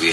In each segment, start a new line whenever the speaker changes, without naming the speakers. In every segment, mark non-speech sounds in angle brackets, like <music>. we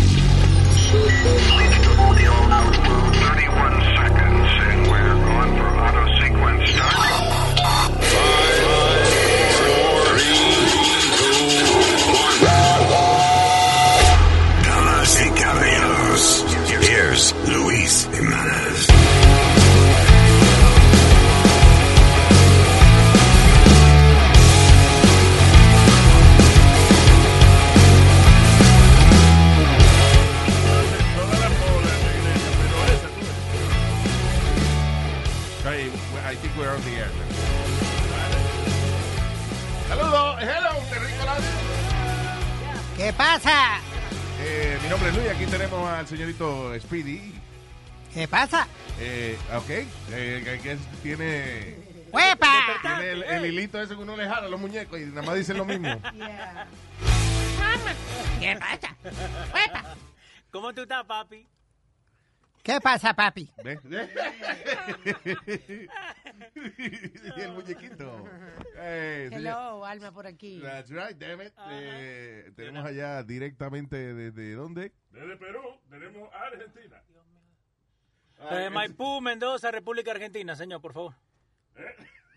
Damas y caballeros, here's Luis Jimenez.
Hey, I think we're on the air. Hello, hello, Terrico Radio.
¿Qué pasa?
Eh, mi nombre es Luis, aquí tenemos al señorito Speedy.
¿Qué pasa?
Eh, ok, eh, que- que tiene,
¡Huepa!
tiene el, el hilito ese que uno le jala a los muñecos y nada más dicen lo mismo.
¿Qué pasa? ¡Huepa!
¿Cómo tú estás, papi?
¿Qué pasa, papi?
¿Ves? <laughs> y el muñequito. Eh, señor-
Hello, Alma por aquí.
That's right, damn it. Eh, tenemos allá directamente desde dónde?
Desde Perú tenemos a Argentina.
Desde Eh, Maipú, Mendoza, República Argentina, señor, por favor.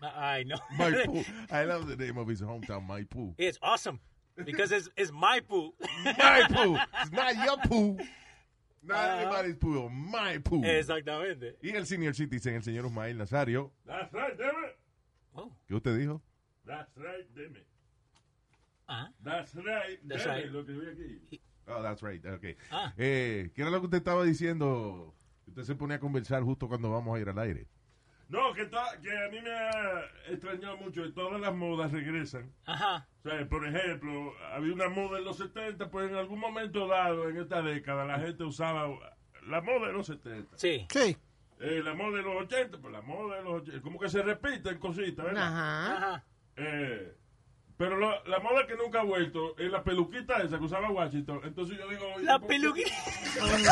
Ah, Ay, no.
Maipú. I love the name of his hometown, Maipú.
<laughs> It's awesome. Because it's, it's Maipú.
my poo. It's not your poo. Not anybody's poo. My poo.
Exactamente.
Y el senior citizen, el señor Ismael Nazario.
That's right, damn it.
Oh,
¿Qué usted dijo?
That's right, damn it.
ah.
That's right, damn
That's
it,
right.
Lo que vi aquí.
Oh, that's right. Okay.
Ah.
Eh, ¿Qué era lo que usted estaba diciendo? Usted se ponía a conversar justo cuando vamos a ir al aire.
No, que, está, que a mí me ha extrañado mucho que todas las modas regresan.
Ajá.
O sea, por ejemplo, había una moda en los 70, pues en algún momento dado en esta década la gente usaba la moda de los 70.
Sí.
Sí.
Eh, la moda de los 80, pues la moda de los 80. Como que se repiten cositas, ¿verdad?
Ajá.
Ajá.
Eh, pero lo- la moda que nunca ha vuelto es la peluquita esa que usaba Washington. Entonces yo digo... oye,
La
¿por qué?
peluquita.
Oh, my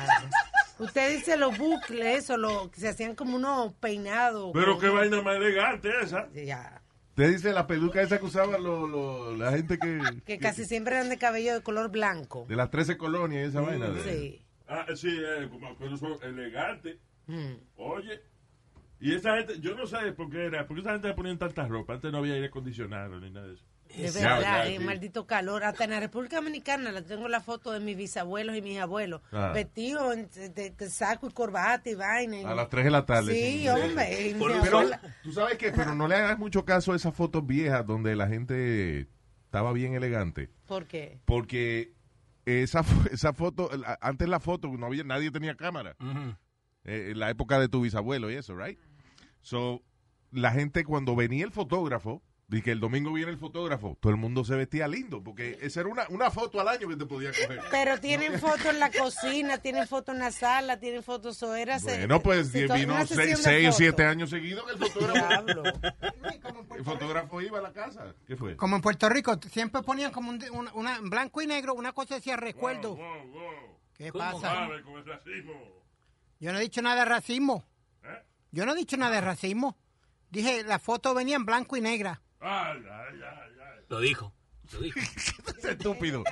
God. Usted dice los bucles o lo que se hacían como unos peinados.
Pero qué vaina más elegante esa.
Ya.
Usted dice la peluca esa que usaba lo- lo- la gente que...
<laughs> Que casi siempre eran de cabello de color blanco.
De las 13 colonias y esa vaina. de-
Mm, Sí.
Ah, sí, eh, como- pero son elegantes. Hmm.
Mm.
Oye. Y esa gente, yo no sé por qué era, porque esa gente le ponían tantas ropas. Antes no había aire acondicionado ni nada de eso.
De
Ya, ya,
verdad, eh,
sí.
maldito calor. Hasta en la República Dominicana la tengo la foto de mis bisabuelos y mis abuelos.
Ah.
Vestidos en- de, de saco y corbata y vaina. y-
A las 3 de la tarde.
Sí, hombre. y mi
Pero,
abuela-
tú sabes que, pero no le hagas mucho caso a esas fotos viejas donde la gente estaba bien elegante.
¿Por qué?
Porque esa, fo- <laughs> esa foto, la- antes la foto, no había, nadie tenía cámara. Eh, en la época de tu bisabuelo y eso, right? So, la gente cuando venía el fotógrafo, y que el domingo viene el fotógrafo, todo el mundo se vestía lindo, porque esa era una, una foto al año que te podía coger.
Pero tienen fotos en la cocina, tienen fotos en la sala, tienen fotos soeras.
Bueno, pues die- vino 6 o 7 años seguidos que el fotógrafo, <laughs> el fotógrafo iba a la casa. ¿Qué fue?
Como en Puerto Rico, siempre ponían como un, una, una- en blanco y negro, una cosa decía recuerdo.
Wow, wow.
¿Qué
¿Cómo
pasa?
Sabe con el racismo.
Yo no he dicho nada de racismo.
¿Eh?
Yo no he dicho nada de racismo. Dije, la foto venía en blanco y negra.
Ay, ay, ay, ay.
Lo dijo. Lo dijo.
Es <laughs> estúpido.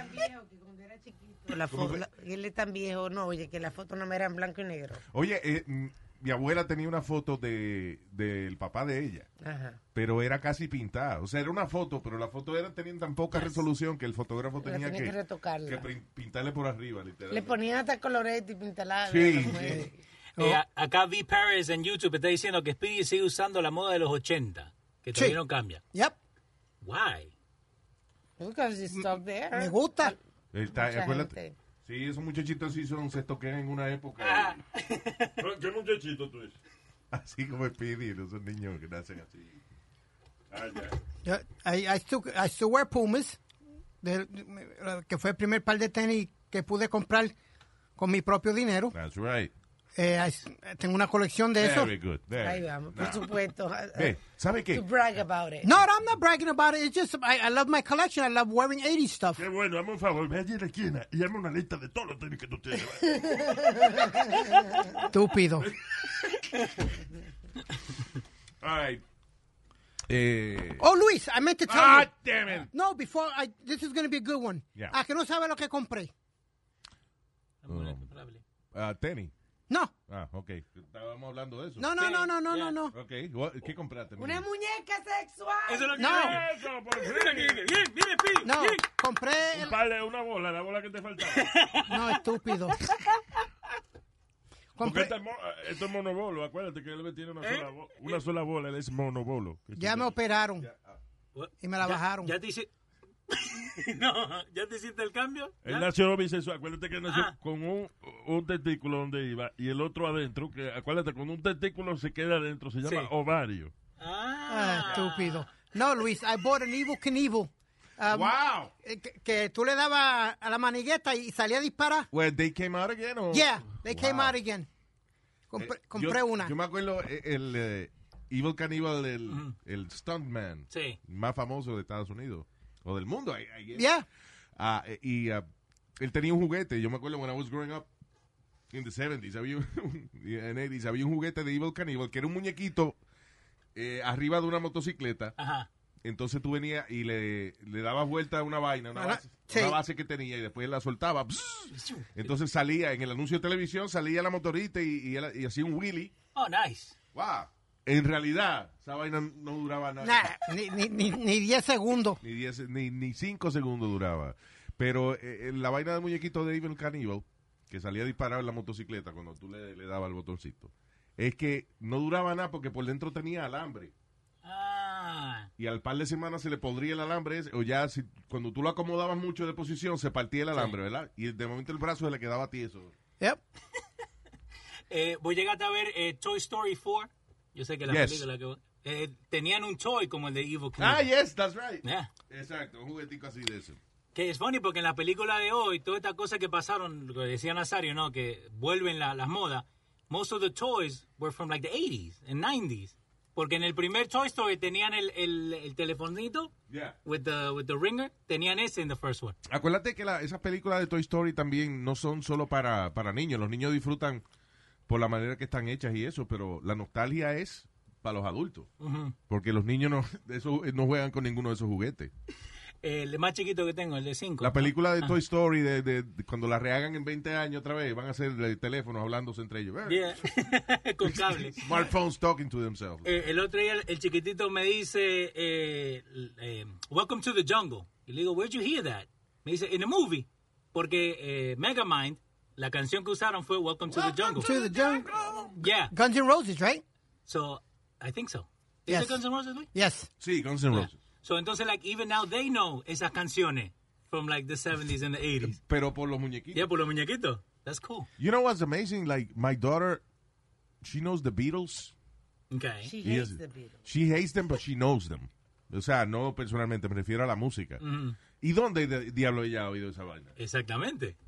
él es tan viejo, no, oye, que la foto no me era en blanco y negro.
Oye, eh, mm, mi abuela tenía una foto de, del papá de ella.
Ajá.
pero era casi pintada. O sea, era una foto, pero la foto era, tenía tan poca resolución que el fotógrafo
La
tenía
Pues, tenía
que,
que retocarla.
que prin- pintarle por arriba, literal.
Le ponían hasta colorete y pintalada.
Eh. Sí,
la
sí.
mujer.
Eh, a- acá V. Paris en YouTube está diciendo que Speedy sigue usando la moda de los 80. Que todavía no cambia.
Yep,
Why?
Pues, Because you stop there.
me gusta.
Está-
Mucha
acuérdate.
gente. Ah.
Sí, esos muchachitos sí son, se toquen en una época. y-
No, ¿Qué muchachito tú dices?
así como Speedy, no son niños que nacen así.
Ay, ay.
Yo, I, I still, I still wear Pumas, de- de- que fue el primer par de tenis que pude comprar con mi propio dinero.
That's right.
Eh, I- tengo una colección de esos.
Very good. very
Ahí
good.
vamos,
Nah.
por supuesto.
Ve, ¿sabe <laughs> qué?
To brag about it.
No, I'm not bragging about it. It's just I, I love my collection. I love wearing 80s
<laughs>
stuff.
Qué bueno, hazme un favor, ve allí en la esquina y hazme una lista de todos los tenis que tú tienes. ¿vale?
Estúpido.
All right. Eh,
Oh, Luis, I meant to tell
Ah,
you.
damn it.
No, before I, this is going to be a good one.
Yeah.
Ah, que no sabe lo que compré.
ah, tenis.
No,
Ah, ok. Estábamos hablando de eso.
no, no, no, no, no, no, no.
Ok, what- ¿qué compraste? mi
Una
niño?
muñeca sexual.
Eso es lo que
No.
quería.
Eso, por
Mira,
fin.
mire, mire, mire, Pi,
No,
mire.
compré. el-
Dale una bola, la bola que te
<laughs>
faltaba.
<laughs>
No, estúpido.
Porque
Compré.
este, mo- esto es monobolo, acuérdate que él tiene una, sola, bo- una sola bola, él es monobolo.
¿Eh? Ya me operaron. Y me la
Ya-
bajaron.
Ya te hice- <laughs> no, ya te hiciste el cambio.
Él
¿Ya?
nació bisexual, acuérdate que nació
Ah.
con un, un testículo donde iba y el otro adentro, que acuérdate, con un testículo se queda adentro, se llama
Sí.
ovario.
Ah,
Ah,
estúpido. No, Luis, I bought an Evil Knievel. Um,
Wow.
eh, Que, que tú le dabas a la manigueta y salía a disparar.
Well, they came out again. or-
Yeah, they came
Wow.
out again. Compr-
Eh,
compré
yo-
una.
Yo me acuerdo eh, el, eh, Evil Cannibal, el, el stuntman
Sí.
más famoso de Estados Unidos o del mundo. I- I guess.
Yeah.
Ah, eh, y ah, él tenía un juguete. Yo me acuerdo when I was growing up in the 70s, había un, <laughs> en 80s, había un juguete de Evil Cannibal que era un muñequito eh, arriba de una motocicleta.
Ajá.
Entonces tú venías y le, le dabas vuelta a una vaina, una
Ajá,
base,
sí.
una base que tenía y después la soltaba. Entonces salía en el anuncio de televisión, salía la motorita y, y él- y hacía un wheelie.
Oh, nice.
Wow. En realidad, esa vaina no duraba nada.
Nah, ni 10 ni, ni diez segundos.
Ni, diez, ni, ni cinco segundos duraba. Pero eh, la vaina del muñequito de Evil Cannibal, que salía disparado en la motocicleta cuando tú le, le dabas el botoncito, es que no duraba nada porque por dentro tenía alambre.
Ah,
Y al par de semanas se le podría el alambre, ese, o ya si, cuando tú lo acomodabas mucho de posición, se partía el alambre, ¿verdad? Y de momento el brazo se le quedaba tieso.
Yep.
eh, voy a llegar a ver eh, Toy Story 4. Yo sé que la
Yes.
película que. eh, tenían un toy como el de Evil Knievel.
Ah, yes, that's right.
Yeah.
Exacto, un juguetico así de eso.
Que es funny porque en la película de hoy, todas estas cosas que pasaron, lo que decía Nazario, ¿no? Que vuelven la- las modas. Most of the toys were from like the 80s and 90s. Porque en el primer Toy Story tenían el, el, el telefonito
Yeah.
with the, with the ringer. Tenían ese en the first one.
Acuérdate que la- esas películas de Toy Story también no son solo para, para niños. Los niños disfrutan por la manera que están hechas y eso, pero la nostalgia es para los adultos. Porque los niños no, <laughs> de eso, no juegan con ninguno de esos juguetes.
El más chiquito que tengo, el de 5.
La película de Toy Story, de, de- de cuando la rehagan en 20 años otra vez, van a ser de teléfonos hablándose entre ellos. Eh,
Yeah. <laughs> Con cable.
Smartphones talking to themselves.
Eh, el otro día el, el chiquitito me dice, eh, l- eh, Welcome to the Jungle. Y le digo, Where'd you hear that? Me dice, In a movie. Porque eh, Megamind, la canción que usaron fue Welcome to the Jungle.
To the jun-
Yeah.
Guns N' Roses, right?
So, I think so. Is
Yes.
it Guns N' Roses? Luis?
Yes.
Sí, Guns N' Roses.
So, entonces, like, even now they know esas canciones from, like, the 70s and the 80s.
Pero por los muñequitos.
Yeah, por los muñequitos. That's cool.
You know what's amazing? Like, my daughter, she knows the Beatles.
Okay.
She
Yes.
hates the Beatles.
She hates them, but she knows them. O sea, no personalmente, me refiero a la música. ¿Y dónde de- diablo ella ha oído esa vaina?
Exactamente.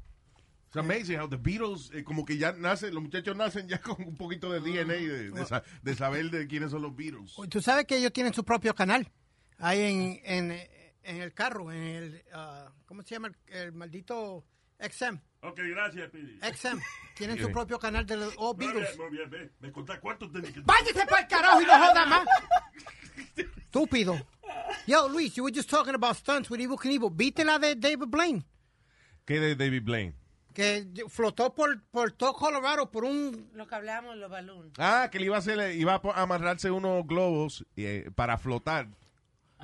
It's amazing how the Beatles, eh, como que ya nacen, los muchachos nacen ya <laughs> con un poquito de DNA de, de sa- de saber de quiénes son los Beatles.
Tú sabes que ellos tienen su propio canal. Ahí en, en, en el carro, en el. ah, ¿Cómo se llama? El, el maldito XM.
Ok, gracias, Piri.
XM. Tienen su propio canal de los All
Muy bien,
Eh, Beatles.
muy bien, ve. Me contás cuánto tenés que...
¡Váyase para el carajo y no joda más! Estúpido. Yo, Luis, you were just talking about stunts with Evil Knievel. ¿Viste la de David Blaine?
¿Qué de David Blaine?
Que flotó por, por todo Colorado por un...
Lo que hablábamos, los balloons.
Ah, que le iba a, hacer, eh, iba a po- amarrarse unos globos eh, para flotar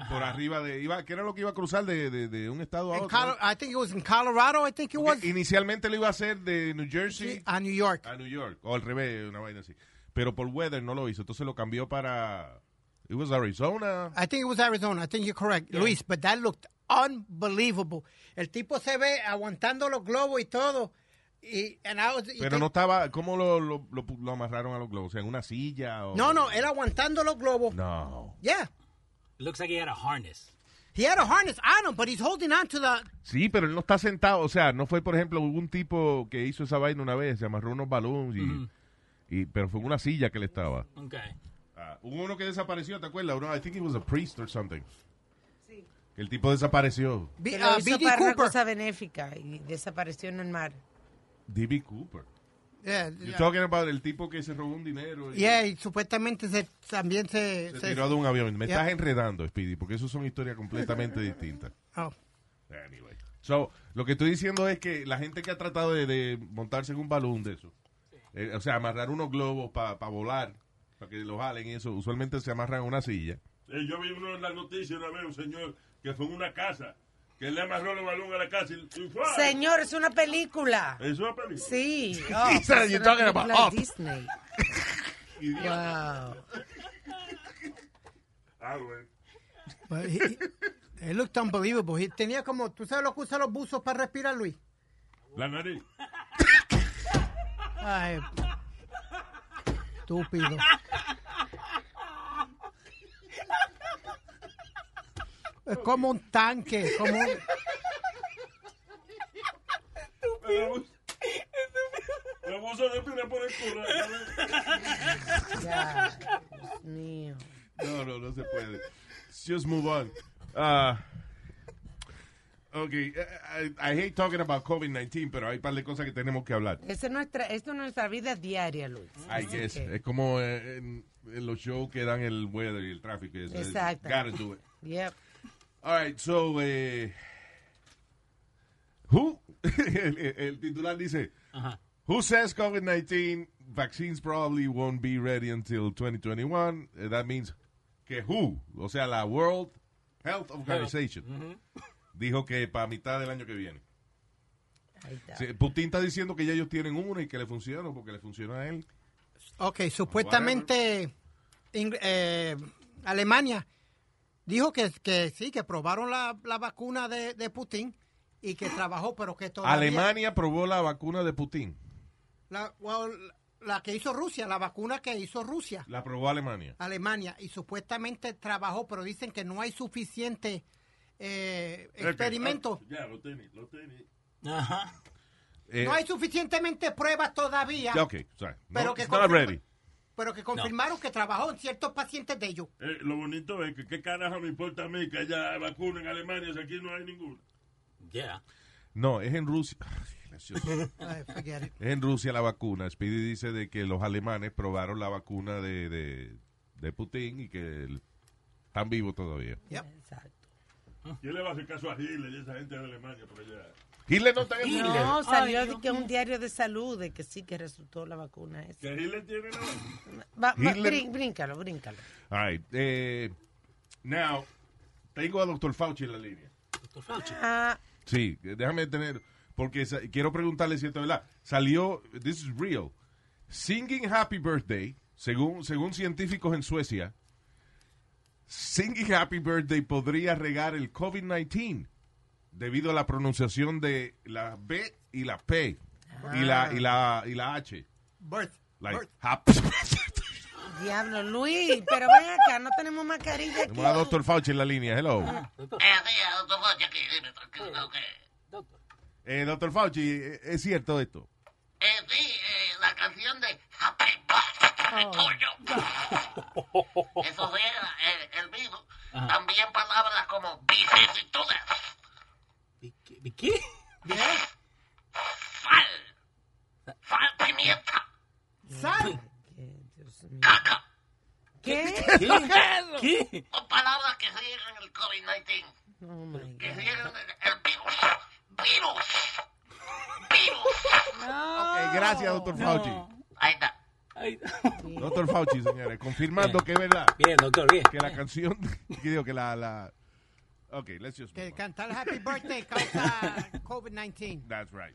por arriba de... Iba, ¿Qué era lo que iba a cruzar de, de- de un estado a
en
otro?
Colo- I think it was in Colorado, I think it was.
Porque Inicialmente lo iba a hacer de New Jersey
A New York.
a New York, o al revés, una vaina así. Pero por weather no lo hizo, entonces lo cambió para... It was Arizona.
I think it was Arizona. I think you're correct, Luis. But that looked unbelievable. El tipo se ve aguantando los globos y todo. Y, and I was- y
Pero
te-
no estaba... ¿Cómo lo, lo, lo, pu- lo amarraron a los globos? O sea, en una silla o...
no, no, era aguantando los globos.
No.
Yeah,
Looks like he had a harness.
he had a harness on him, but he's holding on to the.
Sí, pero él no está sentado. O sea, no fue, por ejemplo, hubo un tipo que hizo esa vaina una vez, se amarró unos balones y... y- pero fue en una silla que le estaba.
Okay.
Ah, hubo uno que desapareció, ¿te acuerdas? Uno, I think it was a priest or something.
Sí.
Que El tipo desapareció.
B-
Que
uh,
lo hizo
B.D.
para una
Cooper.
cosa benéfica y desapareció en el mar.
D.B. Cooper.
Yeah,
You're
yeah.
talking about el tipo que se robó un dinero. y-
Yeah, y supuestamente se, también se...
Se
se-
tiró de un avión. Me
Yeah.
estás enredando, Speedy, porque eso son historias
<laughs>
completamente distintas.
Oh.
Anyway. So, lo que estoy diciendo es que la gente que ha tratado de, de montarse en un balón de eso, eh, o sea, amarrar unos globos para volar, para que los jalen y eso, usualmente se amarran a una silla.
Eh, yo vi uno en la noticia una vez, un señor que fue en una casa, que le amarró el balón a la casa y, y fue.
Señor, es una película.
Eso es película.
<laughs>
Sí.
He said
es
you're
una
talking about oh.
película de
up.
Disney. Wow.
Ah, bueno.
But he, he looked unbelievable. He tenía como, ¿tú sabes lo que usan los buzos para respirar, Luis?
La nariz.
Ay, estúpido. Es como un tanque, como un...
Pero- Lo puso de pina por el culo. ¿sabes?
Ya. Dios mío.
No, no, no se puede. Just move on. Ah, ok, I, I- I hate talking about COVID-19, pero hay un par de cosas que tenemos que hablar.
Esa es nuestra, esto es nuestra vida diaria, Luis.
I
Así
guess.
que,
Es como eh, en, en los shows que dan el weather y el tráfico. y eso.
Exacto.
Gotta do it.
yep.
All right, so, eh, who, <laughs> el, el- el titular dice,
Ajá.
who says COVID-19 vaccines probably won't be ready until 2021? Eh, That means que who, o sea, la World Health Organization,
Mm-hmm.
dijo que para mitad del año que viene.
Ahí está.
Sí, Putin está diciendo que ya ellos tienen una y que le funciona porque le funciona a él.
Ok, supuestamente Ing- eh, Alemania dijo que, que sí, que probaron la, la vacuna de, de Putin y que trabajó, pero que todavía...
Alemania aprobó la vacuna de Putin.
La, well, la que hizo Rusia, la vacuna que hizo Rusia.
La aprobó Alemania.
Alemania y supuestamente trabajó, pero dicen que no hay suficiente eh, experimento.
Ah, Ya, lo tenis, lo tenis.
Ajá.
Eh,
No hay suficientemente pruebas todavía,
ya, ok, sorry. No,
Pero que
it's not
confirma-
ready.
pero que confirmaron que trabajó en ciertos pacientes de
<laughs>
ellos.
Eh, lo bonito es que qué carajo me importa a mí que haya vacuna en Alemania si aquí no hay ninguna.
Yeah.
No, es en Rusia. <laughs> Ay, gracioso. es
Ay, forget it.
en Rusia la vacuna. Speedy dice de que los alemanes probaron la vacuna de, de, de Putin y que el- están vivos todavía.
Yep.
Exacto.
¿Quién le va a hacer caso a Hitler y esa gente de Alemania por allá?
Hitler no está en el mundo.
No, salió de que un diario de salud de que sí que resultó la vacuna
Que
esa.
Hitler tiene la
Va, va,
Hitler-
brin- bríncalo, bríncalo.
All right, eh, now, tengo a Dr. Fauci en la línea.
Dr. Fauci.
Ah,
Sí, déjame tener, porque sa- quiero preguntarle si esto es verdad. Salió, this is real, Singing Happy Birthday, según, según científicos en Suecia, Singing Happy Birthday podría regar el COVID-19 debido a la pronunciación de la B y la P y, la, y, la, y la H.
Birth,
Like,
birth.
happy-
diablo, Luis, pero ven acá, no tenemos mascarilla aquí.
Tenemos a Dr. Fauci en la línea, hello.
Ah, Doctor.
Eh, Dr. Fauci, eh, ¿es cierto esto?
Eh, sí, eh, la canción de Happy Birthday Tuyo. Eso sí era eh, el virus. También palabras como vicisitudes,
¿Y qué- y ¿Qué?
sal, sal, pimienta,
Sal.
Eh, Dios mío.
caca.
¿Qué?
<laughs> ¿Qué? ¿Qué?
Son palabras que siguen el COVID-19,
Oh my
que
God.
siguen el, el virus. Virus. Virus.
Eh, gracias, Dr. Fauci.
Ahí está.
Ay,
Dr. Fauci, señores, confirmando que es verdad.
<laughs> Bien, doctor, bien.
que la canción <laughs> que digo que la la Ok, let's just move
Que
on.
cantar Happy Birthday causa
<laughs>
COVID-19.
That's right.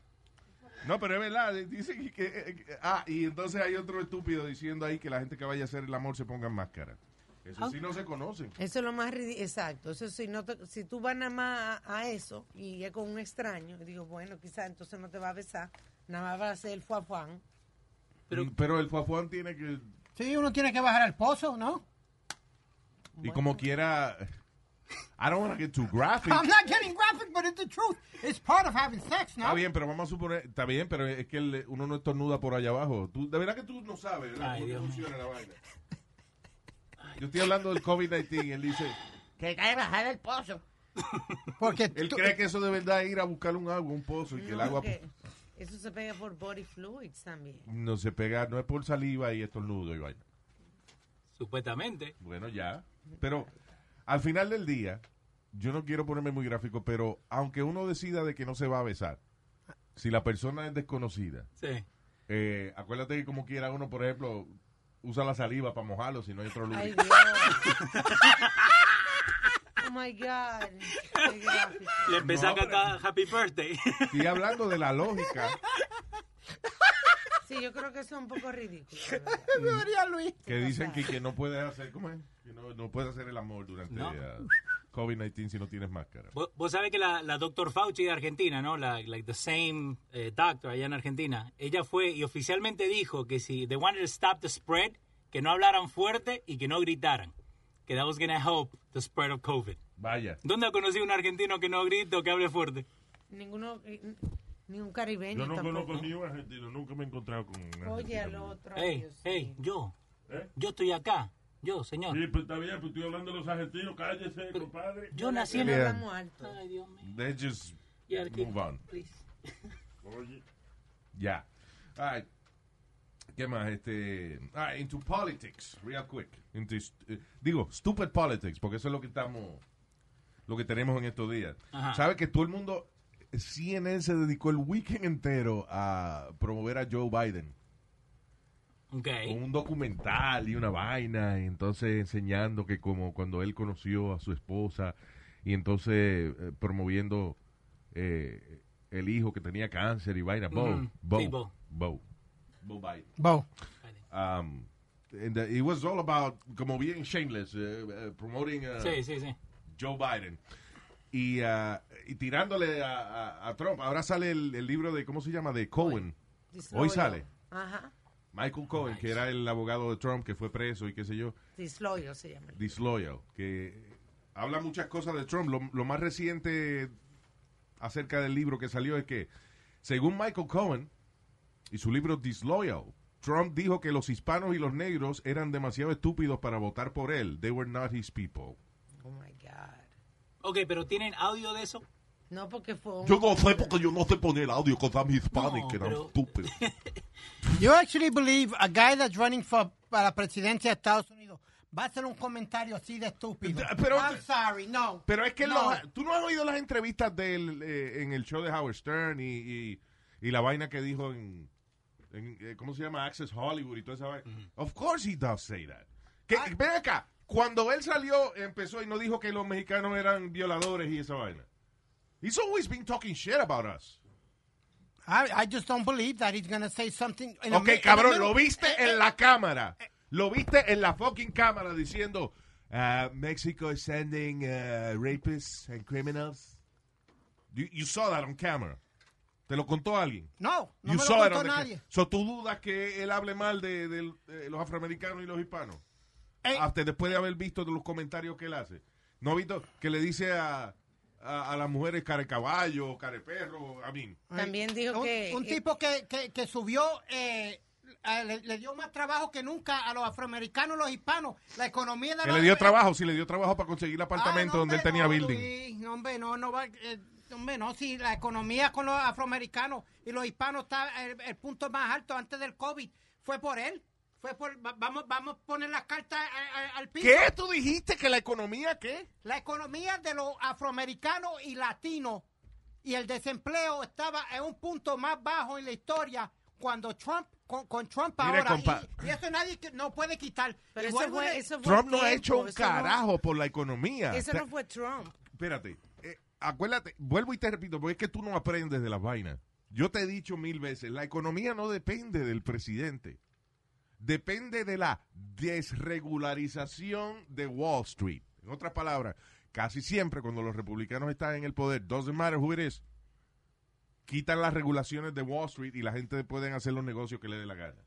No, pero es verdad, dicen que eh, eh, ah, y entonces hay otro estúpido diciendo ahí que la gente que vaya a hacer el amor se pongan máscara. Eso sí no se conocen.
Eso es lo más ridículo. Exacto. Eso, si, no te- si tú vas nada más a, a eso y es con un extraño, digo, bueno, quizás entonces no te va a besar, nada más va a hacer el fuafuán.
Pero, el Fuafuán tiene que
Sí, uno tiene que bajar al pozo, ¿no?
y como quiera I don't want to get too graphic.
<laughs> I'm not getting graphic, but it's the truth. It's part of having sex, ¿no?
Está bien, pero vamos a suponer, está bien, pero es que el- uno no estornuda por allá abajo. Tú, de verdad que tú no sabes, ¿verdad?
Ay,
¿Cómo
Dios mío.
funciona la vaina? Yo estoy hablando del COVID-19 y él dice,
Que cae bajar el
<laughs>
pozo.
Porque
Él
tú- <laughs>
cree que eso de verdad es ir a buscar un agua, pues. un pozo, y que el
No,
agua...
que- Eso se pega por body fluids también.
No se pega, no es por saliva y estornudo y vaina.
Supuestamente.
Bueno, ya. Pero al final del día, yo no quiero ponerme muy gráfico, pero aunque uno decida de que no se va a besar, si la persona es desconocida,
Sí.
eh, acuérdate que como quiera uno, por ejemplo, usa la saliva para mojarlo si no hay otro
Ay,
lugar.
Dios. <laughs> oh my God. Qué gráfico.
Le empecé a
No, pero-
cantar Happy Birthday. <laughs>
Estoy hablando de la lógica
Sí, yo creo que eso es un poco ridículo. de verdad.
María Luis.
que dicen que, que no puedes hacer, ¿cómo es? Que no, no puedes hacer el amor durante
No.
eh, COVID-19 si no tienes máscara.
Vos, vos sabés que la, la doctor Fauci de Argentina, ¿no? La like the same eh, doctor allá en Argentina. Ella fue y oficialmente dijo que si they wanted to stop the spread, que no hablaran fuerte y que no gritaran. Que that was gonna help the spread of COVID.
Vaya.
¿Dónde ha conocido un argentino que no grite o que hable fuerte?
Ninguno, eh, ni un caribeño
Yo no
tampoco.
conozco ni un argentino, nunca me he encontrado con un argentino.
Oye al otro. ay,
Hey,
Dios
hey,
mío.
yo,
¿Eh?
yo estoy acá. Yo, señor.
Sí, pues está bien, pues estoy hablando de los argentinos, cállese, compadre.
Yo nací en...
No
Bien.
hablamos alto.
Ay, Dios mío.
Let's just
Y aquí-
move on.
please.
Oye,
Ya. All right. ¿Qué más? Este, all right, into politics, real quick. Into st- eh, digo, stupid politics, porque eso es lo que estamos, lo que tenemos en estos días.
Ajá.
¿Sabe que todo el mundo, eh, CNN se dedicó el weekend entero a promover a Joe Biden?
Ok.
Con un documental y una vaina, y entonces enseñando que como cuando él conoció a su esposa, y entonces eh, promoviendo eh, el hijo que tenía cáncer y vaina. Bo,
Ujú.
Bo,
Sí, Bo.
Bo. Bo Biden.
Bo.
Um, and uh, it was all about como bien shameless, uh, uh, promoting uh,
Sí, sí, sí.
Joe Biden. Y, uh, y tirándole a, a- a Trump. Ahora sale el, el libro de, ¿cómo se llama? De Cohen. Hoy
Disloyal.
sale.
Ajá.
Michael Cohen, que era el abogado de Trump que fue preso y qué sé yo.
Disloyo se llama.
Disloyal, que habla muchas cosas de Trump. Lo, lo más reciente acerca del libro que salió es que, según Michael Cohen y su libro Disloyal, Trump dijo que los hispanos y los negros eran demasiado estúpidos para votar por él. They were not his people.
Oh my God.
Ok, pero ¿tienen audio de eso?
No, porque fue un.
no sé porque yo no sé poner audio con I'm
hispanic No, and I'm pero-
stupid.
You actually believe a guy that's running for para la presidencia de Estados Unidos va a hacer un comentario así de estúpido.
Da- pero-
I'm sorry, no.
Pero es que
no.
los- tú no has oído las entrevistas del, eh, en el show de Howard Stern y, y- y la vaina que dijo en, en, eh, ¿cómo se llama? Access Hollywood y toda esa vaina. Of course he does say that. Que,
Ah.
ven acá, cuando él salió, empezó y no dijo que los mexicanos eran violadores y esa vaina. He's always been talking shit about us.
I, I just don't believe that he's gonna say something. in the
Ok,
mi- in the
cabrón,
middle. Eh,
lo viste en la cámara. Lo viste en la fucking cámara diciendo, uh, Mexico is sending uh, rapists and criminals. You, you saw that on camera. Te lo contó alguien.
No, no
you
me
saw
lo
it
contó
on the ca-
nadie.
So, ¿tú dudas que él hable mal de, de- de los afroamericanos y los hispanos?
Eh.
Hasta después de haber visto de los comentarios que él hace. ¿No has visto que le dice a, a, a las mujeres carecaballo, careperro? I mean,
También dijo
Eh, un,
que.
un
eh,
tipo que, que, que subió eh, a- le, le dio más trabajo que nunca a los afroamericanos, los hispanos, la economía de
que
los-
le dio trabajo, sí, le dio trabajo para conseguir el
Ay,
apartamento
eh, Ah, no,
donde él
hombre,
tenía
no,
building.
Luis, no, hombre, no, no va, eh, hombre, no, si la economía con los afroamericanos y los hispanos está eh, el, el punto más alto antes del COVID fue por él, fue por va- vamos vamos a poner las cartas a- a- al piso.
¿Qué? ¿Tú dijiste que la economía qué?
La economía de los afroamericanos y latinos y el desempleo estaba en un punto más bajo en la historia cuando Trump, con, con Trump
Mire,
ahora.
compa-
y, y eso nadie que- no puede quitar.
Pero
Y
eso
vuelvo y
fue,
le-
eso fue
Trump no
tiempo,
ha hecho un
eso no-
carajo por la economía.
Eso
O sea,
no fue Trump.
Espérate, eh, acuérdate, vuelvo y te repito, porque es que tú no aprendes de las vainas. Yo te he dicho mil veces, la economía no depende del presidente. Depende de la desregularización de Wall Street. En otras palabras, casi siempre cuando los republicanos están en el poder, doesn't matter who it is, quitan las regulaciones de Wall Street y la gente puede hacer los negocios que le dé la gana.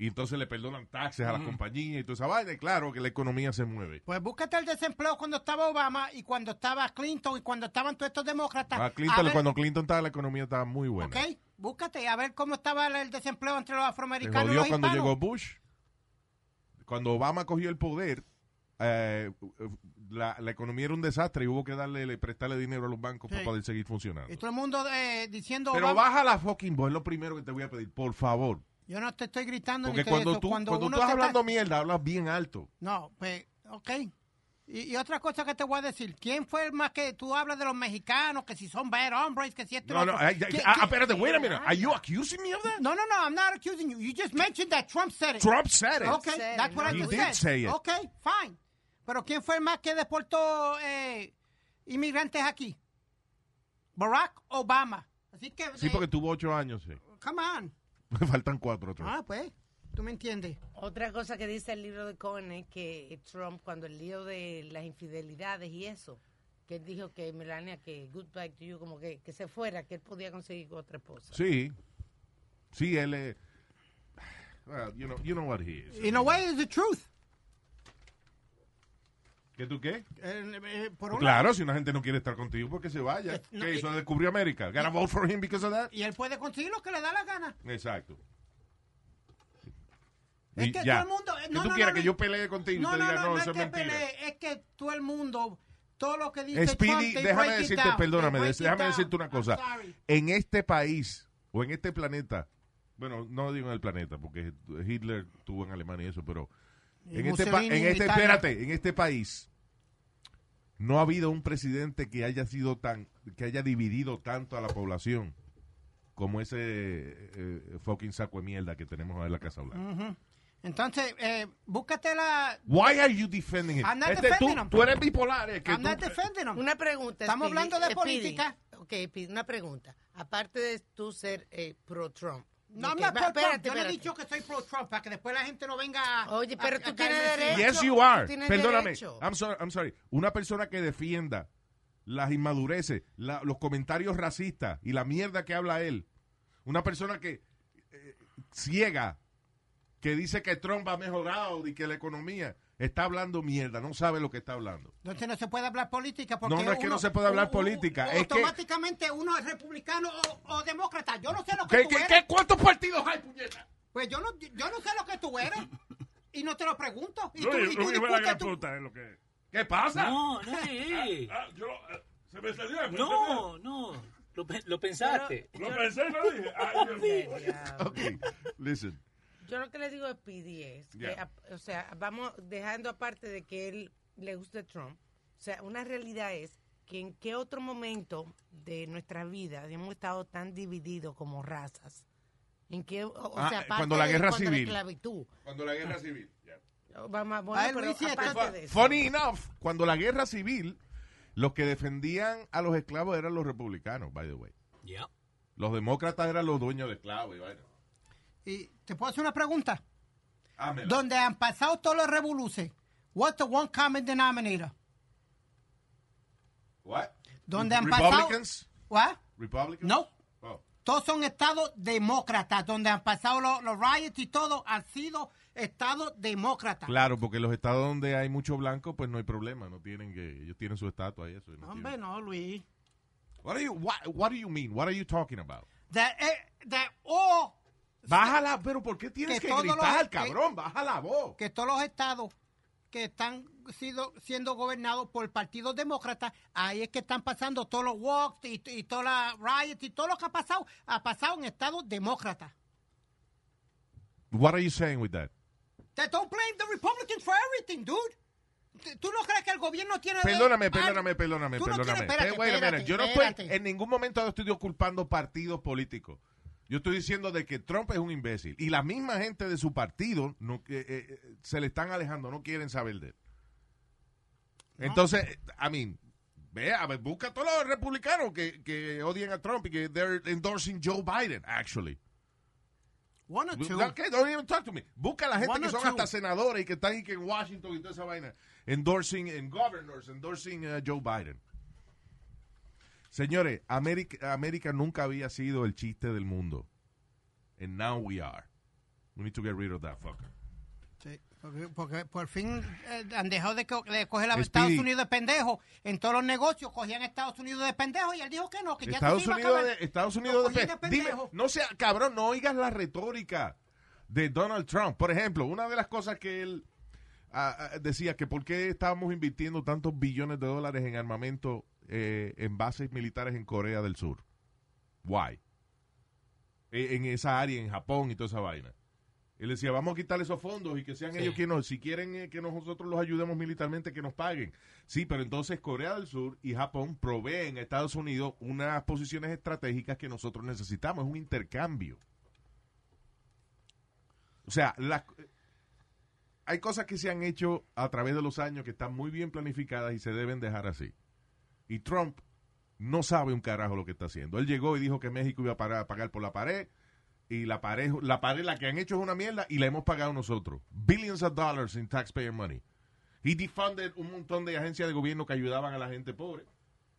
Y entonces le perdonan taxes a las compañías y toda esa vaina. Y claro que la economía se mueve.
Pues búscate el desempleo cuando estaba Obama y cuando estaba Clinton y cuando estaban todos estos demócratas.
Ah,
A
Clinton,
ver,
cuando Clinton estaba, la economía estaba muy buena.
Ok, búscate a ver cómo estaba el- el desempleo entre los
Se
afroamericanos y
jodió
los
cuando
hispanos.
llegó Bush. Cuando Obama cogió el poder, eh, la, la economía era un desastre y hubo que darle le- prestarle dinero a los bancos para
Sí.
poder seguir funcionando.
Y todo el mundo eh, diciendo.
Pero
Obama.
baja la fucking voz, es lo primero que te voy a pedir, por favor.
Yo no te estoy gritando
Porque
ni
cuando
estoy
tú, cuando
uno
tú estás
se está-
hablando mierda, hablas bien alto.
No, pues, ok. Y, y otra cosa que te voy a decir, ¿quién fue el más que tú hablas de los mexicanos, que si son bad hombres, que si esto y
No,
lo
no,
otro?
ay, ay,
¿Qué-
ah,
qué-
espérate, wait a minute. Are you accusing me of that?
No, no, no, I'm not accusing you. You just mentioned that Trump said it.
Trump said it.
Okay,
Said it,
that's what I
no.
He
just
did
said.
say it.
Okay, fine. Pero ¿quién fue el más que deportó eh, inmigrantes aquí? Barack Obama. Así que,
Sí,
eh,
porque tuvo ocho años, sí. <laughs>
come on.
Me faltan cuatro otros.
Ah, pues, tú me entiendes.
Otra cosa que dice el libro de Cohen es que Trump, cuando el lío de las infidelidades y eso, que él dijo que Melania, que goodbye to you, como que, que se fuera, que él podía conseguir otra esposa.
Sí. Sí, él es... Well, you know, you know what he is.
In a way, it's the truth.
¿Qué tú qué?
Eh, eh, por un
Claro, si una gente no quiere estar contigo, porque se vaya.
No,
¿Qué
y-
hizo? Descubrió América. Gotta vote for him because of that.
Y él puede conseguir lo que le da la gana.
Exacto.
Es
Y
que
ya.
todo el mundo- eh,
¿Que
no,
tú
no,
quieres
no,
que
no.
yo pelee contigo y
No,
te
no,
diga,
no,
no,
no,
eso
es
es
que
mentira?
pelee, es que todo el mundo, todo lo que dice
Speedy,
Trump, they
déjame
break it
decirte,
down, they
perdóname,
break
des-
it
déjame
down.
decirte una
I'm
cosa.
sorry.
En este país o en este planeta, bueno, no digo en el planeta, porque Hitler estuvo en Alemania y eso, pero
Y
en este, pa-
Mussolini
en este,
Italia.
espérate, en este país no ha habido un presidente que haya sido tan, que haya dividido tanto a la población como ese eh, fucking saco de mierda que tenemos ahora en la Casa
Mm.
Blanca.
Entonces, eh, búscate la...
Why are you defending him?
I'm not
Este, tú,
defending him.
tú eres bipolar, es que
I'm
tú-
not defending 'em. him.
Una pregunta.
Estamos
Speedy,
hablando de
Speedy.
política.
Ok, Speedy, una pregunta. Aparte de tú ser eh, pro-Trump.
No,
Ok,
I'm not
va-
pro Trump.
espérate,
Yo no he
espérate.
dicho que soy pro Trump, para que después la gente no venga a-
Oye, pero
a-
tú
a
tienes
caerme encima.
derecho.
Yes, you
tú
are.
tienes
Perdóname.
derecho.
I'm sorry, I'm sorry. Una persona que defienda las inmadureces, la- los comentarios racistas y la mierda que habla él. Una persona que eh, ciega, que dice que Trump ha mejorado y que la economía está hablando mierda, no sabe lo que está hablando.
Entonces no se puede hablar política porque
No, no es que
uno-
no se puede hablar
u- u-
política, es que-
automáticamente uno es republicano o, o demócrata. Yo no sé lo que
¿Qué,
tú
qué-
eres.
qué- cuántos partidos hay, puñeta?
Pues yo no, yo no sé lo que tú eres y no te lo pregunto. Y tú,
Oye,
y tú
un hijo de la
discutes
gran
tú-
puta es lo que es.
¿Qué pasa?
No, no
<laughs>
es.
Ah, yo, eh, se me salió. se me salió.
No, no. Lo, pe- lo pensaste.
Lo pensé, y lo dije. Ah, yo-
Ok, listen.
Yo lo que le digo a Speedy es que,
Yeah.
a- o sea, vamos dejando aparte de que él le guste Trump. O sea, una realidad es que en qué otro momento de nuestra vida hemos estado tan divididos como razas. En qué, o, o
Ah,
sea,
eh,
aparte
cuando la
de-
guerra
cuando
civil.
La esclavitud.
Cuando la guerra civil.
Vamos, bueno,
Ay,
pero
Luis, sí, esto
aparte
está-
de eso.
Funny enough, cuando la guerra civil, los que defendían a los esclavos eran los republicanos, by the way.
Yeah.
Los demócratas eran los dueños de esclavos y vaina.
Y te puedo hacer una pregunta.
Ámela.
Donde han pasado todos los revoluces, what's the one common denominator?
What?
Donde han
Republicans?
pasado. What?
Republicans?
No.
Oh.
Todos son estados demócratas. Donde han pasado los, los riots y todo, han sido estados demócratas.
Claro, porque los estados donde hay mucho blanco, pues no hay problema, no tienen que ellos tienen su estatua y eso. y no
Hombre,
tienen-
no, Luis.
What are you what, what do you mean? What are you talking about?
That, eh, that all-
Bájala, pero ¿por qué tienes
Que
que,
todos los-
gritar,
que-
cabrón? Baja la voz.
que todos los estados que están sido, siendo gobernados por el Partido Demócrata, ahí es que están pasando todos los walks y, y todas las riots y todo lo que ha pasado, ha pasado en estados demócratas.
What are you saying with that?
They don't blame the Republicans for everything, dude. T- ¿Tú no crees que el gobierno tiene...
Perdóname,
Ah,
perdóname, perdóname,
tú no
perdóname.
quieres- espérate,
Eh, wait a minute.
espérate,
yo no estoy,
espérate.
en ningún momento estoy culpando partidos políticos. Yo estoy diciendo de que Trump es un imbécil. Y la misma gente de su partido no, eh, eh, eh, se le están alejando, no quieren saber de él. Entonces, I mean, ve, a ver, busca a todos los republicanos que, que odian a Trump y que they're endorsing Joe Biden, actually.
One or two.
Okay, don't even talk to me. Busca a la gente
One
que
or
son
two.
hasta senadores y que están ahí que en Washington y toda esa vaina. Endorsing, en governors, endorsing a Joe Biden. Señores, América, América nunca había sido el chiste del mundo. And now we are. We need to get rid of that fucker.
Sí, porque, porque por fin eh, han dejado de, co- de coger a
Speedy.
Estados Unidos de pendejo. En todos los negocios cogían a Estados Unidos de pendejo y él dijo que no, que ya eso
Estados
se iba a
Unidos,
acabar.
de, Estados
Lo
Unidos de,
cogían
pe- Dime,
pendejo.
no sea, cabrón, no oigas la retórica de Donald Trump. Por ejemplo, una de las cosas que él ah, ah, decía que por qué estábamos invirtiendo tantos billones de dólares en armamento eh, en bases militares en Corea del Sur. Why? Eh, En esa área, en Japón y toda esa vaina. Él decía, vamos a quitar esos fondos y que sean
Sí.
ellos quienes, si quieren eh, que nosotros los ayudemos militarmente, que nos paguen. Sí, pero entonces Corea del Sur y Japón proveen a Estados Unidos unas posiciones estratégicas que nosotros necesitamos, es un intercambio. O sea, la- hay cosas que se han hecho a través de los años que están muy bien planificadas y se deben dejar así. Y Trump no sabe un carajo lo que está haciendo. Él llegó y dijo que México iba a parar- pagar por la pared y la pared, la pared la que han hecho es una mierda y la hemos pagado nosotros. Billions of dollars in taxpayer money. He defunded un montón de agencias de gobierno que ayudaban a la gente pobre.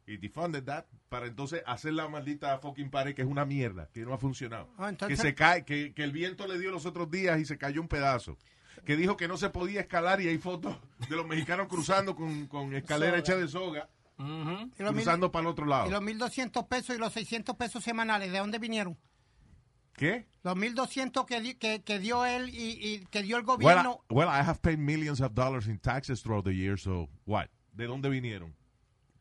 He defunded that para entonces hacer la maldita fucking pared que es una mierda, que no ha funcionado.
Ah, entonces-
que se cae, que, que el viento le dio los otros días y se cayó un pedazo. Que dijo que no se podía escalar y hay fotos de los mexicanos cruzando con, con escalera hecha de soga,
Ujú.
Y los mil-
cruzando para el otro
y los
lado.
1.200 pesos y los 600 pesos semanales, ¿de dónde vinieron?
¿Qué?
Los 1.200 que, di- que, que dio él y, y que dio el
Well I,
gobierno.
well, I have paid millions of dollars in taxes throughout the year, so what? ¿De dónde vinieron?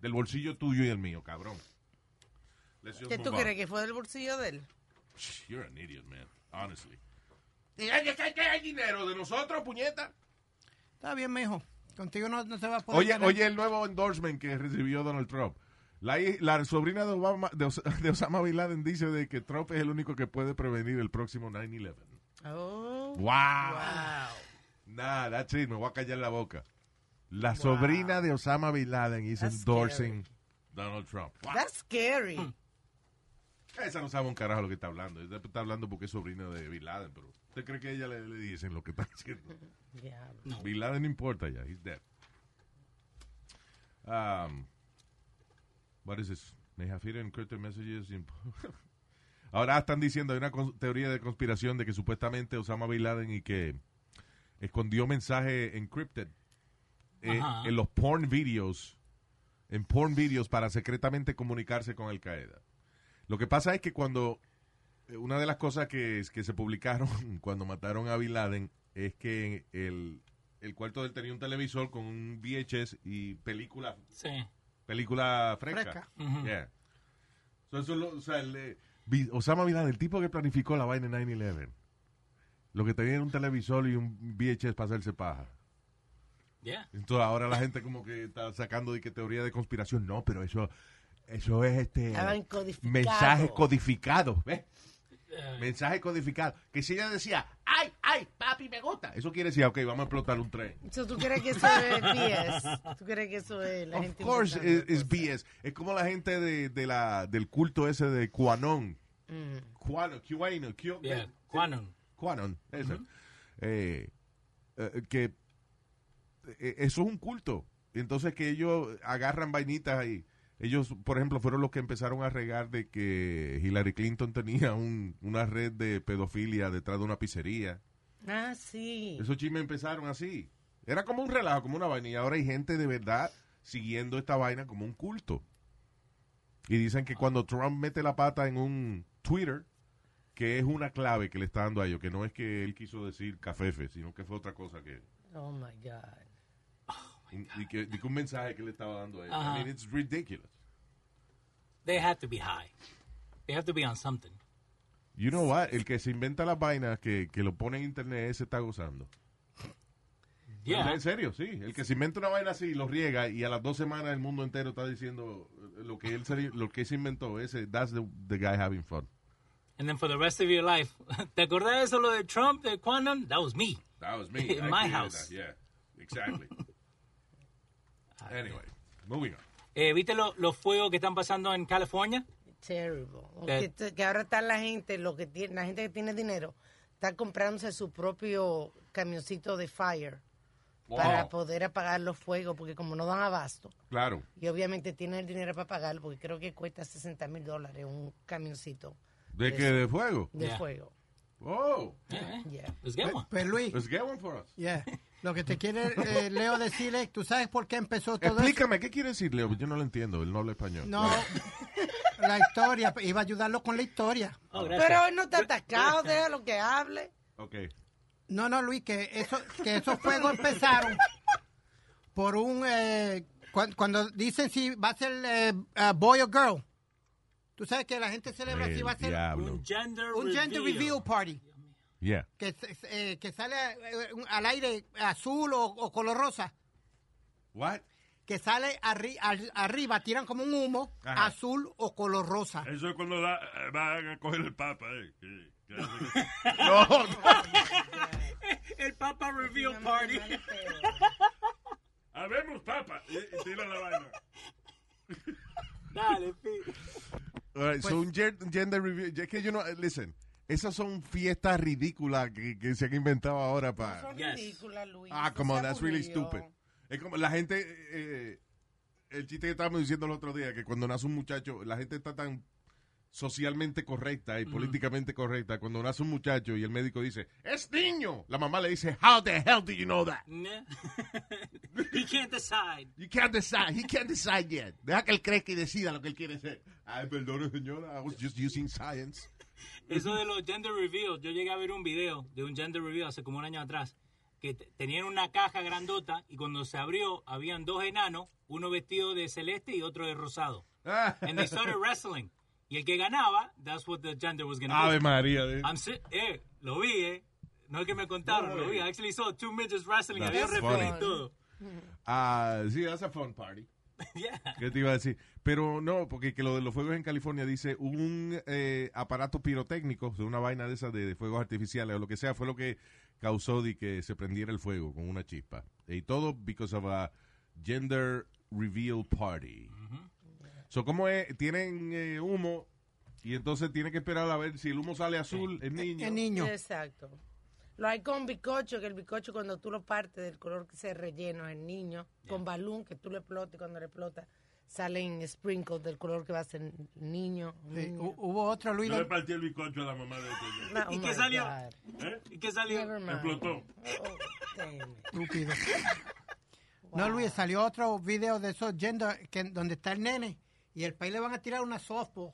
Del bolsillo tuyo y el mío, cabrón. Let's just
¿Qué tú
move on.
crees? ¿Que fue del bolsillo de él?
You're an idiot, man. Honestly. Y hay, que- hay que- hay dinero de nosotros, puñeta.
Está bien, mijo. Contigo no, no se va a poder.
Oye,
tener-
oye el nuevo endorsement que recibió Donald Trump. La, hi- la sobrina de, Obama- de Os- de Osama Bin Laden dice de que Trump es el único que puede prevenir el próximo 9-11.
Oh.
Wow. Nah, that's it. Me voy a callar la boca. La sobrina de Osama Bin Laden is
That's
endorsing Donald Trump. Wow.
That's scary.
Mm. Esa no sabe un carajo lo que está hablando. Ella Está hablando porque es sobrina de Bin Laden, pero ¿usted cree que a ella le, le dicen lo que está <laughs> haciendo?
Diablo.
Bin Laden no importa ya. He's dead. Um, what is this? They have hidden encrypted messages in- <laughs> Ahora están diciendo, hay una cons- teoría de conspiración de que supuestamente Osama Bin Laden y que escondió mensaje encrypted eh,
Ajá.
en los porn videos, en porn videos para secretamente comunicarse con Al Qaeda. Lo que pasa es que cuando eh, una de las cosas que, que se publicaron <laughs> cuando mataron a Bin Laden es que el, el cuarto de él tenía un televisor con un VHS y película,
Sí.
película fresca.
Fresca.
Ujú.
Yeah. So, eso lo- o sea, el, eh, Bi- Osama Bin Laden, el tipo que planificó la vaina en 9-11, lo que tenía era un televisor y un VHS para hacerse paja.
Yeah.
Entonces ahora la gente como que está sacando de que teoría de conspiración. No, pero eso, eso es este
Estaban codificados.
mensajes codificados, ¿ves?
Eh,
Mensaje codificado. Que si ella decía, ay, ay, papi, me gusta. Eso quiere decir, "Ah, ok, vamos a explotar un tren.
So, ¿Tú crees que eso es BS? ¿Tú crees que eso es la
Of
gente
course,
inventando
es
cosas?
BS. Es como la gente de, de la, del culto ese de Quanon.
Mm.
Quanon, Quanon, Qu-
yeah. Quanon.
Quanon, ese. Eh, eh, que eh, eso es un culto. Entonces que ellos agarran vainitas ahí. Ellos, por ejemplo, fueron los que empezaron a regar de que Hillary Clinton tenía un- una red de pedofilia detrás de una pizzería.
Ah, sí.
Esos chismes empezaron así. Era como un relajo, como una vaina. Y ahora hay gente de verdad siguiendo esta vaina como un culto. Y dicen que cuando Trump mete la pata en un Twitter, que es una clave que le está dando a ellos, que no es que él quiso decir cafefe, sino que fue otra cosa que...
Oh, my God.
un- y que, y que un mensaje que le estaba dando a ellos.
Ajá.
I mean, it's ridiculous.
They have to be high. They have to be on something.
You know what? El que se inventa las vainas que, que lo pone en internet, ese está gozando.
Yeah.
En serio, sí. El que se inventa una vaina así, lo riega y a las dos semanas el mundo entero está diciendo eh, lo que él se, lo que se inventó. Ese, that's the, the guy having fun.
And then for the rest of your life, <laughs> ¿te acordás de eso lo de Trump, de Quanon? That was me.
That
<laughs>
was me.
In
I
my
created
house.
that. Yeah, exactly. anyway, moving on.
Eh, ¿Viste lo- los fuegos que están pasando en California?
Terrible. O
That-
Que, te- que ahora está la gente, lo que tiene, la gente que tiene dinero, está comprándose su propio camioncito de fire para poder apagar los fuegos, porque como no dan abasto,
Oh, Claro.
y obviamente tienen el dinero para pagarlo, porque creo que cuesta 60 mil dólares un camioncito
¿De qué? ¿De fuego?
de
Yeah.
fuego.
Oh,
Yeah.
Yeah.
Let's get one.
Pues Luis,
let's get one for
<laughs>
us.
yeah, lo que te quiere eh, Leo decir es, ¿tú sabes por qué empezó todo esto?
Explícame, ¿qué quiere decir Leo? Yo no lo entiendo, él no habla español.
No, la historia, iba a ayudarlo con la historia.
Oh, gracias.
eh.
Pero él no está atacado, deja lo que hable.
Ok.
No, no, Luis, que, eso, que esos fuegos empezaron por un... eh, cuan- cuando, dicen si va a ser eh, uh, boy o girl. Tú sabes que la gente celebra si va a
El
ser
diablo.
Un gender
un gender reveal party.
Yeah.
Que, se- se- eh, que sale eh, un- al aire azul o, o color rosa.
What?
Que sale arri- al- arriba, tiran como un humo
Ajá.
azul o color rosa.
Eso es cuando la, eh, van a coger el papa. Eh, que- que-
<laughs> No, no.
El Papa Reveal Party.
Habemos papa. Y, y tira la vaina.
<laughs> Dale, pi.
All right,
Pues-
so un gen- gender review. Es que yo no. eh, Listen, esas son fiestas ridículas que, que se han inventado ahora para.
Son
Ah, Yes.
ridículas, Luis.
Ah,
Eso
come on,
se
that's really
aburrió.
stupid. Es como la gente. eh, el chiste que estábamos diciendo el otro día, que cuando nace un muchacho, la gente está tan socialmente correcta y políticamente correcta. Cuando nace un muchacho y el médico dice, ¡Es niño! La mamá le dice, ¿How the hell do you know that?
Nah. <laughs> He can't decide.
You can't decide. He can't decide yet. Deja que él crezca y decida lo que él quiere ser. Ay, perdón, señora. I was just using science.
Eso de los gender reveals, yo llegué a ver un video de un gender reveal hace como un año atrás, que t- tenían una caja grandota y cuando se abrió habían dos enanos, uno vestido de celeste y otro de rosado.
Ah.
<laughs> And they started wrestling. Y el que ganaba, that's what the gender was gonna
Ave
be.
María. de-
I'm si- eh, lo vi, eh. No es que me contaron, lo vi. I actually saw two midgets wrestling. Había
That's
referee
funny.
y todo.
Ah, sí, that's a fun party.
Yeah.
¿Qué te iba a decir? Pero no, porque que lo de los fuegos en California dice un eh, aparato pirotécnico, de una vaina de esas de, de fuegos artificiales o lo que sea, fue lo que causó de que se prendiera el fuego con una chispa. Y todo because of a gender reveal party. So, ¿cómo es? Tienen eh, humo y entonces tienen que esperar a ver si el humo sale azul, el niño.
El niño.
Exacto. Lo hay con bizcocho, que el bizcocho cuando tú lo partes del color que se relleno es el niño, con balón que tú lo explotas y cuando lo explotas salen sprinkles del color que va a ser el niño.
Sí,
niña.
hu- hubo otro, Luis.
Yo le partí el bizcocho a la mamá de este.
No, oh
Uh, ¿Y qué
my
salió?
God.
¿Eh?
¿Y qué salió?
Never mind.
Explotó.
Oh, damn it.
<laughs> estúpido. No, Luis, salió otro video de esos gender que, donde está el nene y el país le van a tirar una softball.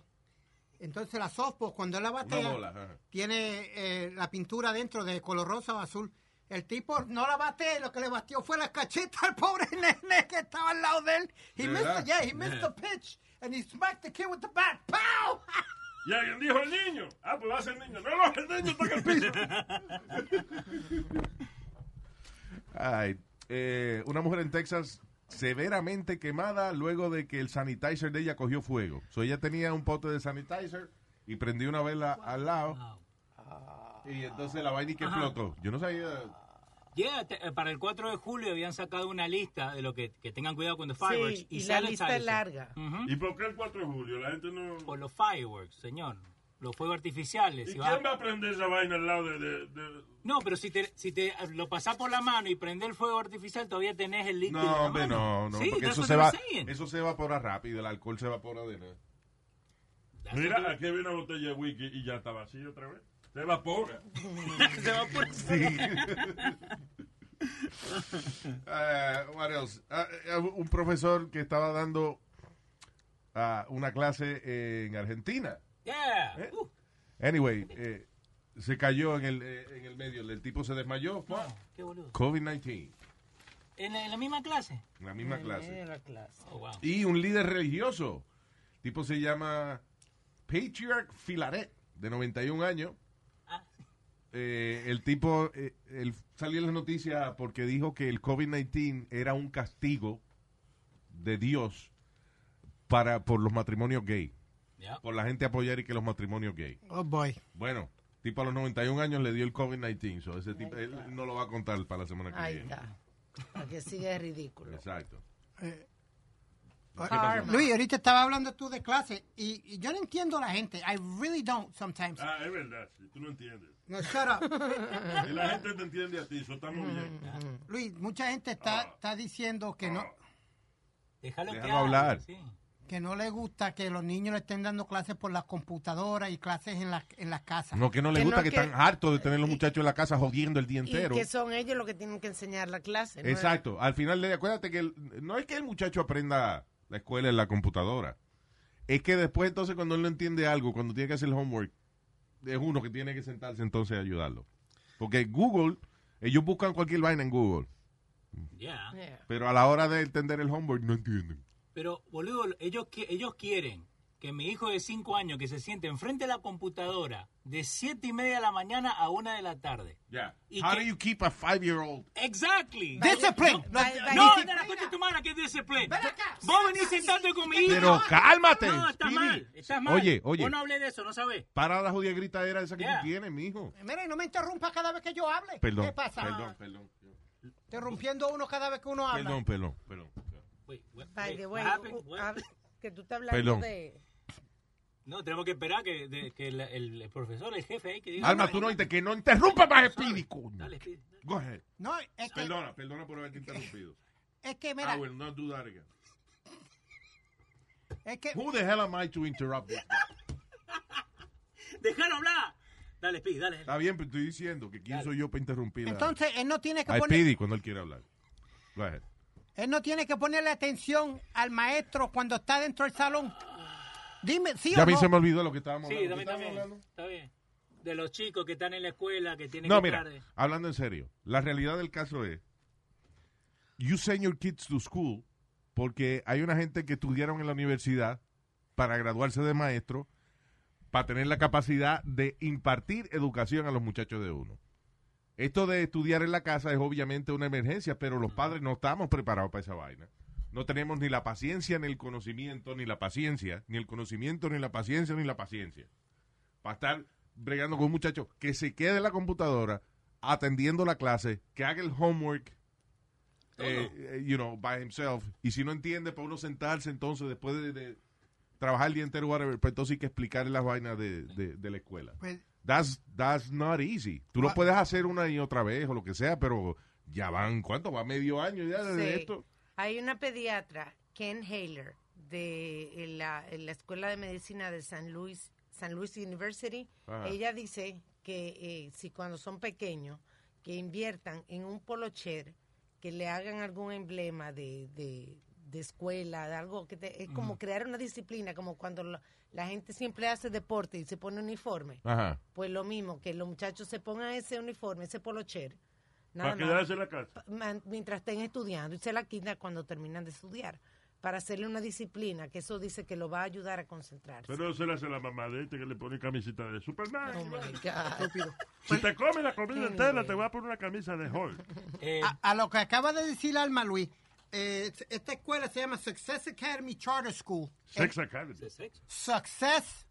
Entonces la softball, cuando él la batea,
Una bola, ajá.
tiene eh, la pintura dentro de color rosa o azul. El tipo no la batea, lo que le batió fue la cacheta al pobre <laughs> nene que estaba al lado de él. He
¿De
missed,
verdad?
the- yeah, he missed the pitch and he smacked the kid with the bat. ¡Pow! <laughs>
Y alguien dijo el niño. Ah, pues va a ser el niño. No, no, el niño toca el piso.
Ay, eh, una mujer en Texas severamente quemada luego de que el sanitizer de ella cogió fuego. So, ella tenía un pote de sanitizer y prendió una vela al lado.
Ah.
Y entonces la vaina y que explotó. Yo no sabía.
Yeah, te- eh, para el 4 de julio habían sacado una lista de lo que, que tengan cuidado con los <laughs> fireworks
Sí,
y, Mm.
y la lista
sanitizer.
es larga.
¿Y por qué el 4 de julio? La gente no...
Por los fireworks, señor. Los fuegos artificiales.
¿Y
si va-
quién va a prender esa vaina al lado de... de- de-
No, pero si te, si te eh, lo pasas por la mano y prende el fuego artificial, todavía tenés el líquido. en la
No, hombre,
mano.
no, no.
Sí,
porque
that's
eso
what
se,
I'm
va,
saying.
eso se evapora rápido. El alcohol se evapora de nada.
That's
Mira,
what
aquí viene una botella de whisky y ya está vacía otra vez. Se evapora.
it- <laughs> se va por-
Eh, what else? Ah, eh, un profesor que estaba dando ah, una clase en Argentina.
Yeah.
¿Eh?
Uh,
Anyway, eh, se cayó en el, eh, en el medio. El tipo se desmayó. ¡fua!
qué boludo.
COVID-19,
¿En la, en la misma clase?
en la misma
Medio
clase.
de la clase.
Oh, wow.
Y un líder religioso. Tipo se llama Patriarch Filaret, de 91 años.
Ah.
Eh, el tipo eh, él salió en las noticias porque dijo que el COVID-19 era un castigo de Dios para por los matrimonios gay,
Yeah.
por la gente apoyar y que los matrimonios gay.
Oh boy.
Bueno, tipo a los 91 años le dio el COVID-19. so ese tipo, él no lo va a contar para la semana que
Ahí
viene.
está. Para que siga de ridículo.
Exacto.
Eh,
pasó?
Luis, ahorita estaba hablando tú de clase y, y yo no entiendo a la gente. I really don't sometimes.
Ah, es verdad. sí, tú no entiendes.
No, shut <laughs> up.
Y la gente te entiende a ti. Eso estamos bien.
Luis, mucha gente
Ah.
está, está diciendo que no,
Déjalo, que
Déjalo
hable,
hablar.
sí.
que no le gusta que los niños le estén dando clases por las computadoras y clases en las en las casas.
No, que no le
Que
gusta
no,
que,
que-
están hartos de tener los muchachos en la casa jodiendo el día
Y
entero.
que son ellos los que tienen que enseñar la clase. ¿no?
Exacto. Al final del día, acuérdate que el- no es que el muchacho aprenda la escuela en la computadora. Es que después, entonces, cuando él no entiende algo, cuando tiene que hacer el homework, es uno que tiene que sentarse entonces a ayudarlo. Porque Google Ellos buscan cualquier vaina en Google,
Yeah.
Yeah.
pero a la hora de entender el homework no entienden.
Pero, boludo, ellos, qui- ellos quieren que mi hijo de 5 años que se siente enfrente de la computadora de 7 y media de la mañana a 1 de la tarde.
Yeah.
¿Y
How
qué?
do you keep a five-year-old?
Exactly.
Discipline.
By- by-
No, de
disciplina.
la coche tu madre que es disciplina.
Ven acá.
Vos venís sentando con mi hijo.
Pero cálmate.
no, estás
Speedy.
mal, estás mal.
Oye, oye,
Vos no hablé de eso, no sabés.
para la judía gritadera esa que
Yeah.
tú tienes, mijo.
Mira, y no me interrumpas cada vez que yo hable.
Perdón,
¿Qué pasa?
perdón, perdón,
Interrumpiendo a uno cada vez que uno habla.
perdón, perdón, perdón.
Wait, wait,
By the
wait,
way,
what happened?
uh,
u-
What?
hab- que tú estás hablando
Perdón.
de...
No, tenemos que esperar que, de- que la- el, el profesor, el jefe ahí que diga.
Alma, tú no oíste que no interrumpa más Speedy, coño.
Dale, Speedy, dale.
Go ahead.
No, es que,
Perdona, perdona por haberte interrumpido.
es que mira,
I will not do that again.
es que
Who the hell am I to interrupt this?
Déjalo hablar. Dale, Speedy, dale. dale.
Está bien, pero estoy diciendo que quién soy yo para interrumpir. a-
entonces él no tiene que
a
poner
Speedy cuando él quiere hablar. Go ahead.
él no tiene que ponerle atención al maestro cuando está dentro del salón. Dime, sí
Ya
o
a mí
no.
se me olvidó lo que estábamos
Sí,
hablando. ¿Qué
también,
estábamos
también.
hablando?
Está bien. De los chicos que están en la escuela, que tienen
No,
que
mira,
estar, eh,
hablando en serio, la realidad del caso es, you send your kids to school porque hay una gente que estudiaron en la universidad para graduarse de maestro, para tener la capacidad de impartir educación a los muchachos de uno. Esto de estudiar en la casa es obviamente una emergencia, pero los padres no estamos preparados para esa vaina. No tenemos ni la paciencia ni el conocimiento, ni la paciencia, ni el conocimiento, ni la paciencia, ni la paciencia. Para estar bregando con un muchacho que se quede en la computadora atendiendo la clase, que haga el homework, eh, eh, you know, by himself. Y si no entiende, para uno sentarse entonces después de, de trabajar el día entero, whatever, pues entonces hay que explicarle las vainas de, de- de la escuela.
Pues,
That's, that's not easy. Tú lo puedes hacer una y otra vez o lo que sea, pero ya van, ¿cuánto? Va medio año ya desde
Sí.
esto.
Hay una pediatra, Ken Haler, de eh, la, en la Escuela de Medicina de San Luis, San Luis University.
Ajá.
Ella dice que eh, si cuando son pequeños, que inviertan en un polocher, que le hagan algún emblema de, de- de escuela, de algo que te- es como crear una disciplina, como cuando lo- la gente siempre hace deporte y se pone uniforme.
Ajá.
Pues lo mismo, que los muchachos se pongan ese uniforme, ese polocher. nada
Para
más
quedarse en la casa.
man- mientras estén estudiando y se la quitan cuando terminan de estudiar para hacerle una disciplina que eso dice que lo va a ayudar a concentrarse.
Pero eso le hace la mamá de este que le pone camisita de Superman.
Oh
<laughs>
my God.
Si te comes la comida entera, te voy a poner una camisa de Hulk.
eh,
a, a lo que acaba de decir Alma Luis, eh, esta escuela se llama Success Academy Charter School. Eh,
Sex Academy.
sexo.
Success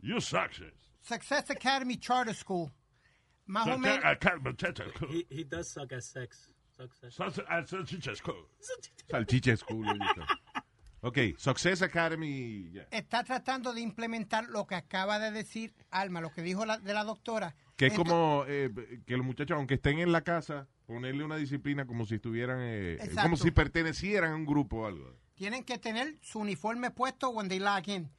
You suck, sis.
Success Academy Charter School. Más o menos.
Academy, chacha, cool.
He, he does suck at sex. Sucks at
Such- uh, such- such- cool.
Salchicha es cool. oye, está. ok, Success Academy. yeah.
está tratando de implementar lo que acaba de decir Alma, lo que dijo la, de la doctora.
Que es
Ento-
como eh, que los muchachos, aunque estén en la casa, ponerle una disciplina como si estuvieran, eh,
Exacto.
como si pertenecieran a un grupo o algo.
Tienen que tener su uniforme puesto when they log in.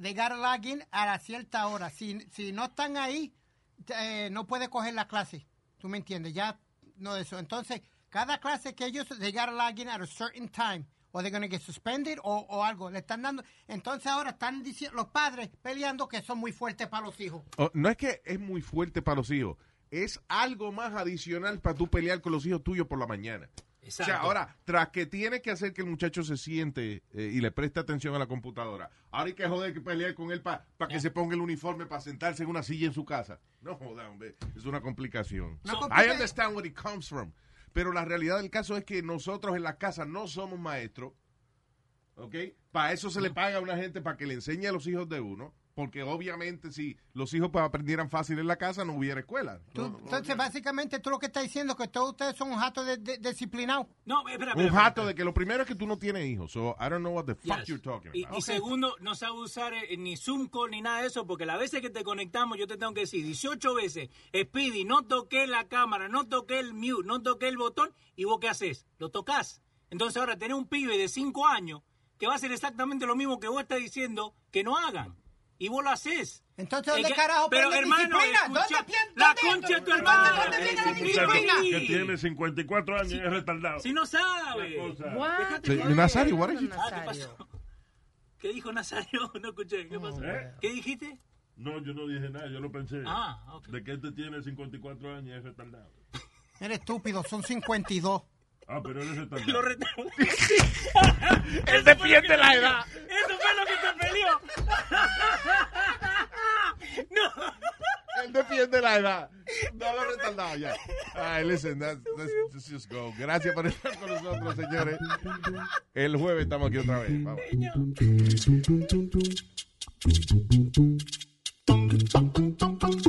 They gotta log in a la cierta hora. Si, si no están ahí, eh, no puede coger la clase. ¿Tú me entiendes? Ya no de eso. Entonces, cada clase que ellos, they gotta log in at a certain time. O they're gonna get suspended o, o algo. Le están dando. Entonces ahora están diciendo, los padres peleando que son muy fuertes para los hijos.
Oh, no es que es muy fuerte para los hijos, es algo más adicional para tú pelear con los hijos tuyos por la mañana. O
Exacto.
sea, ahora, tras que tienes que hacer que el muchacho se siente eh, y le preste atención a la computadora, ahora hay que joder que pelear con él para que se ponga el uniforme para sentarse en una silla en su casa. No joda, hombre, es una complicación.
Una
I
complica-
understand where it comes from. Pero la realidad del caso es que nosotros en la casa no somos maestros. ¿Ok? Para eso se le paga a una gente para que le enseñe a los hijos de uno. Porque obviamente si los hijos pues, aprendieran fácil en la casa, no hubiera escuela.
Tú- entonces, básicamente, tú lo que estás diciendo es que todos ustedes son un jato de, de- disciplinados.
No, espera, espera,
Un
espera.
jato de que lo primero es que tú no tienes hijos. So I don't know what the fuck
Yes.
you're talking
y, y
about.
segundo, no sabe usar eh, ni Zoom call ni nada de eso, porque las veces que te conectamos, yo te tengo que decir 18 veces, Speedy, no toqué la cámara, no toqué el mute, no toqué el botón, y vos qué haces? Lo tocas. Entonces ahora tenés un pibe de 5 años que va a hacer exactamente lo mismo que vos estás diciendo que no hagan. Y vos lo haces.
Entonces,
Es
¿dónde
que-
carajo
pero,
prende
hermano,
disciplina?
escucha,
¿Dónde pier-
la
dónde-
concha de tu
dónde-
hermana.
dónde viene la
Ese
O sea,
disciplina?
que tiene 54 años y es retardado.
Si no eh, sabes.
Una cosa.
What?
Sí, Nazario, what
No,
did you-
Ah, ¿qué pasó?
Nazario.
<laughs> ¿Qué dijo Nazario? No escuché. ¿Qué pasó?
¿Eh?
¿Qué dijiste?
No, yo no dije nada, yo lo pensé.
Ah, ok.
De que este tiene 54 años y es retardado.
Eres estúpido, son 52.
Ah, pero él es
<laughs>
retardado.
Lo retardó. Él defiende la edad. Eso fue lo que se peleó. <laughs> no.
Él defiende la edad. No lo retardado
<laughs>
ya. Ay, listen, that's- that's- let's just go. Gracias por estar con nosotros, señores. El jueves estamos aquí otra vez. Vamos.
Dum dum dum dum dum dum dum dum dum dum dum dum dum dum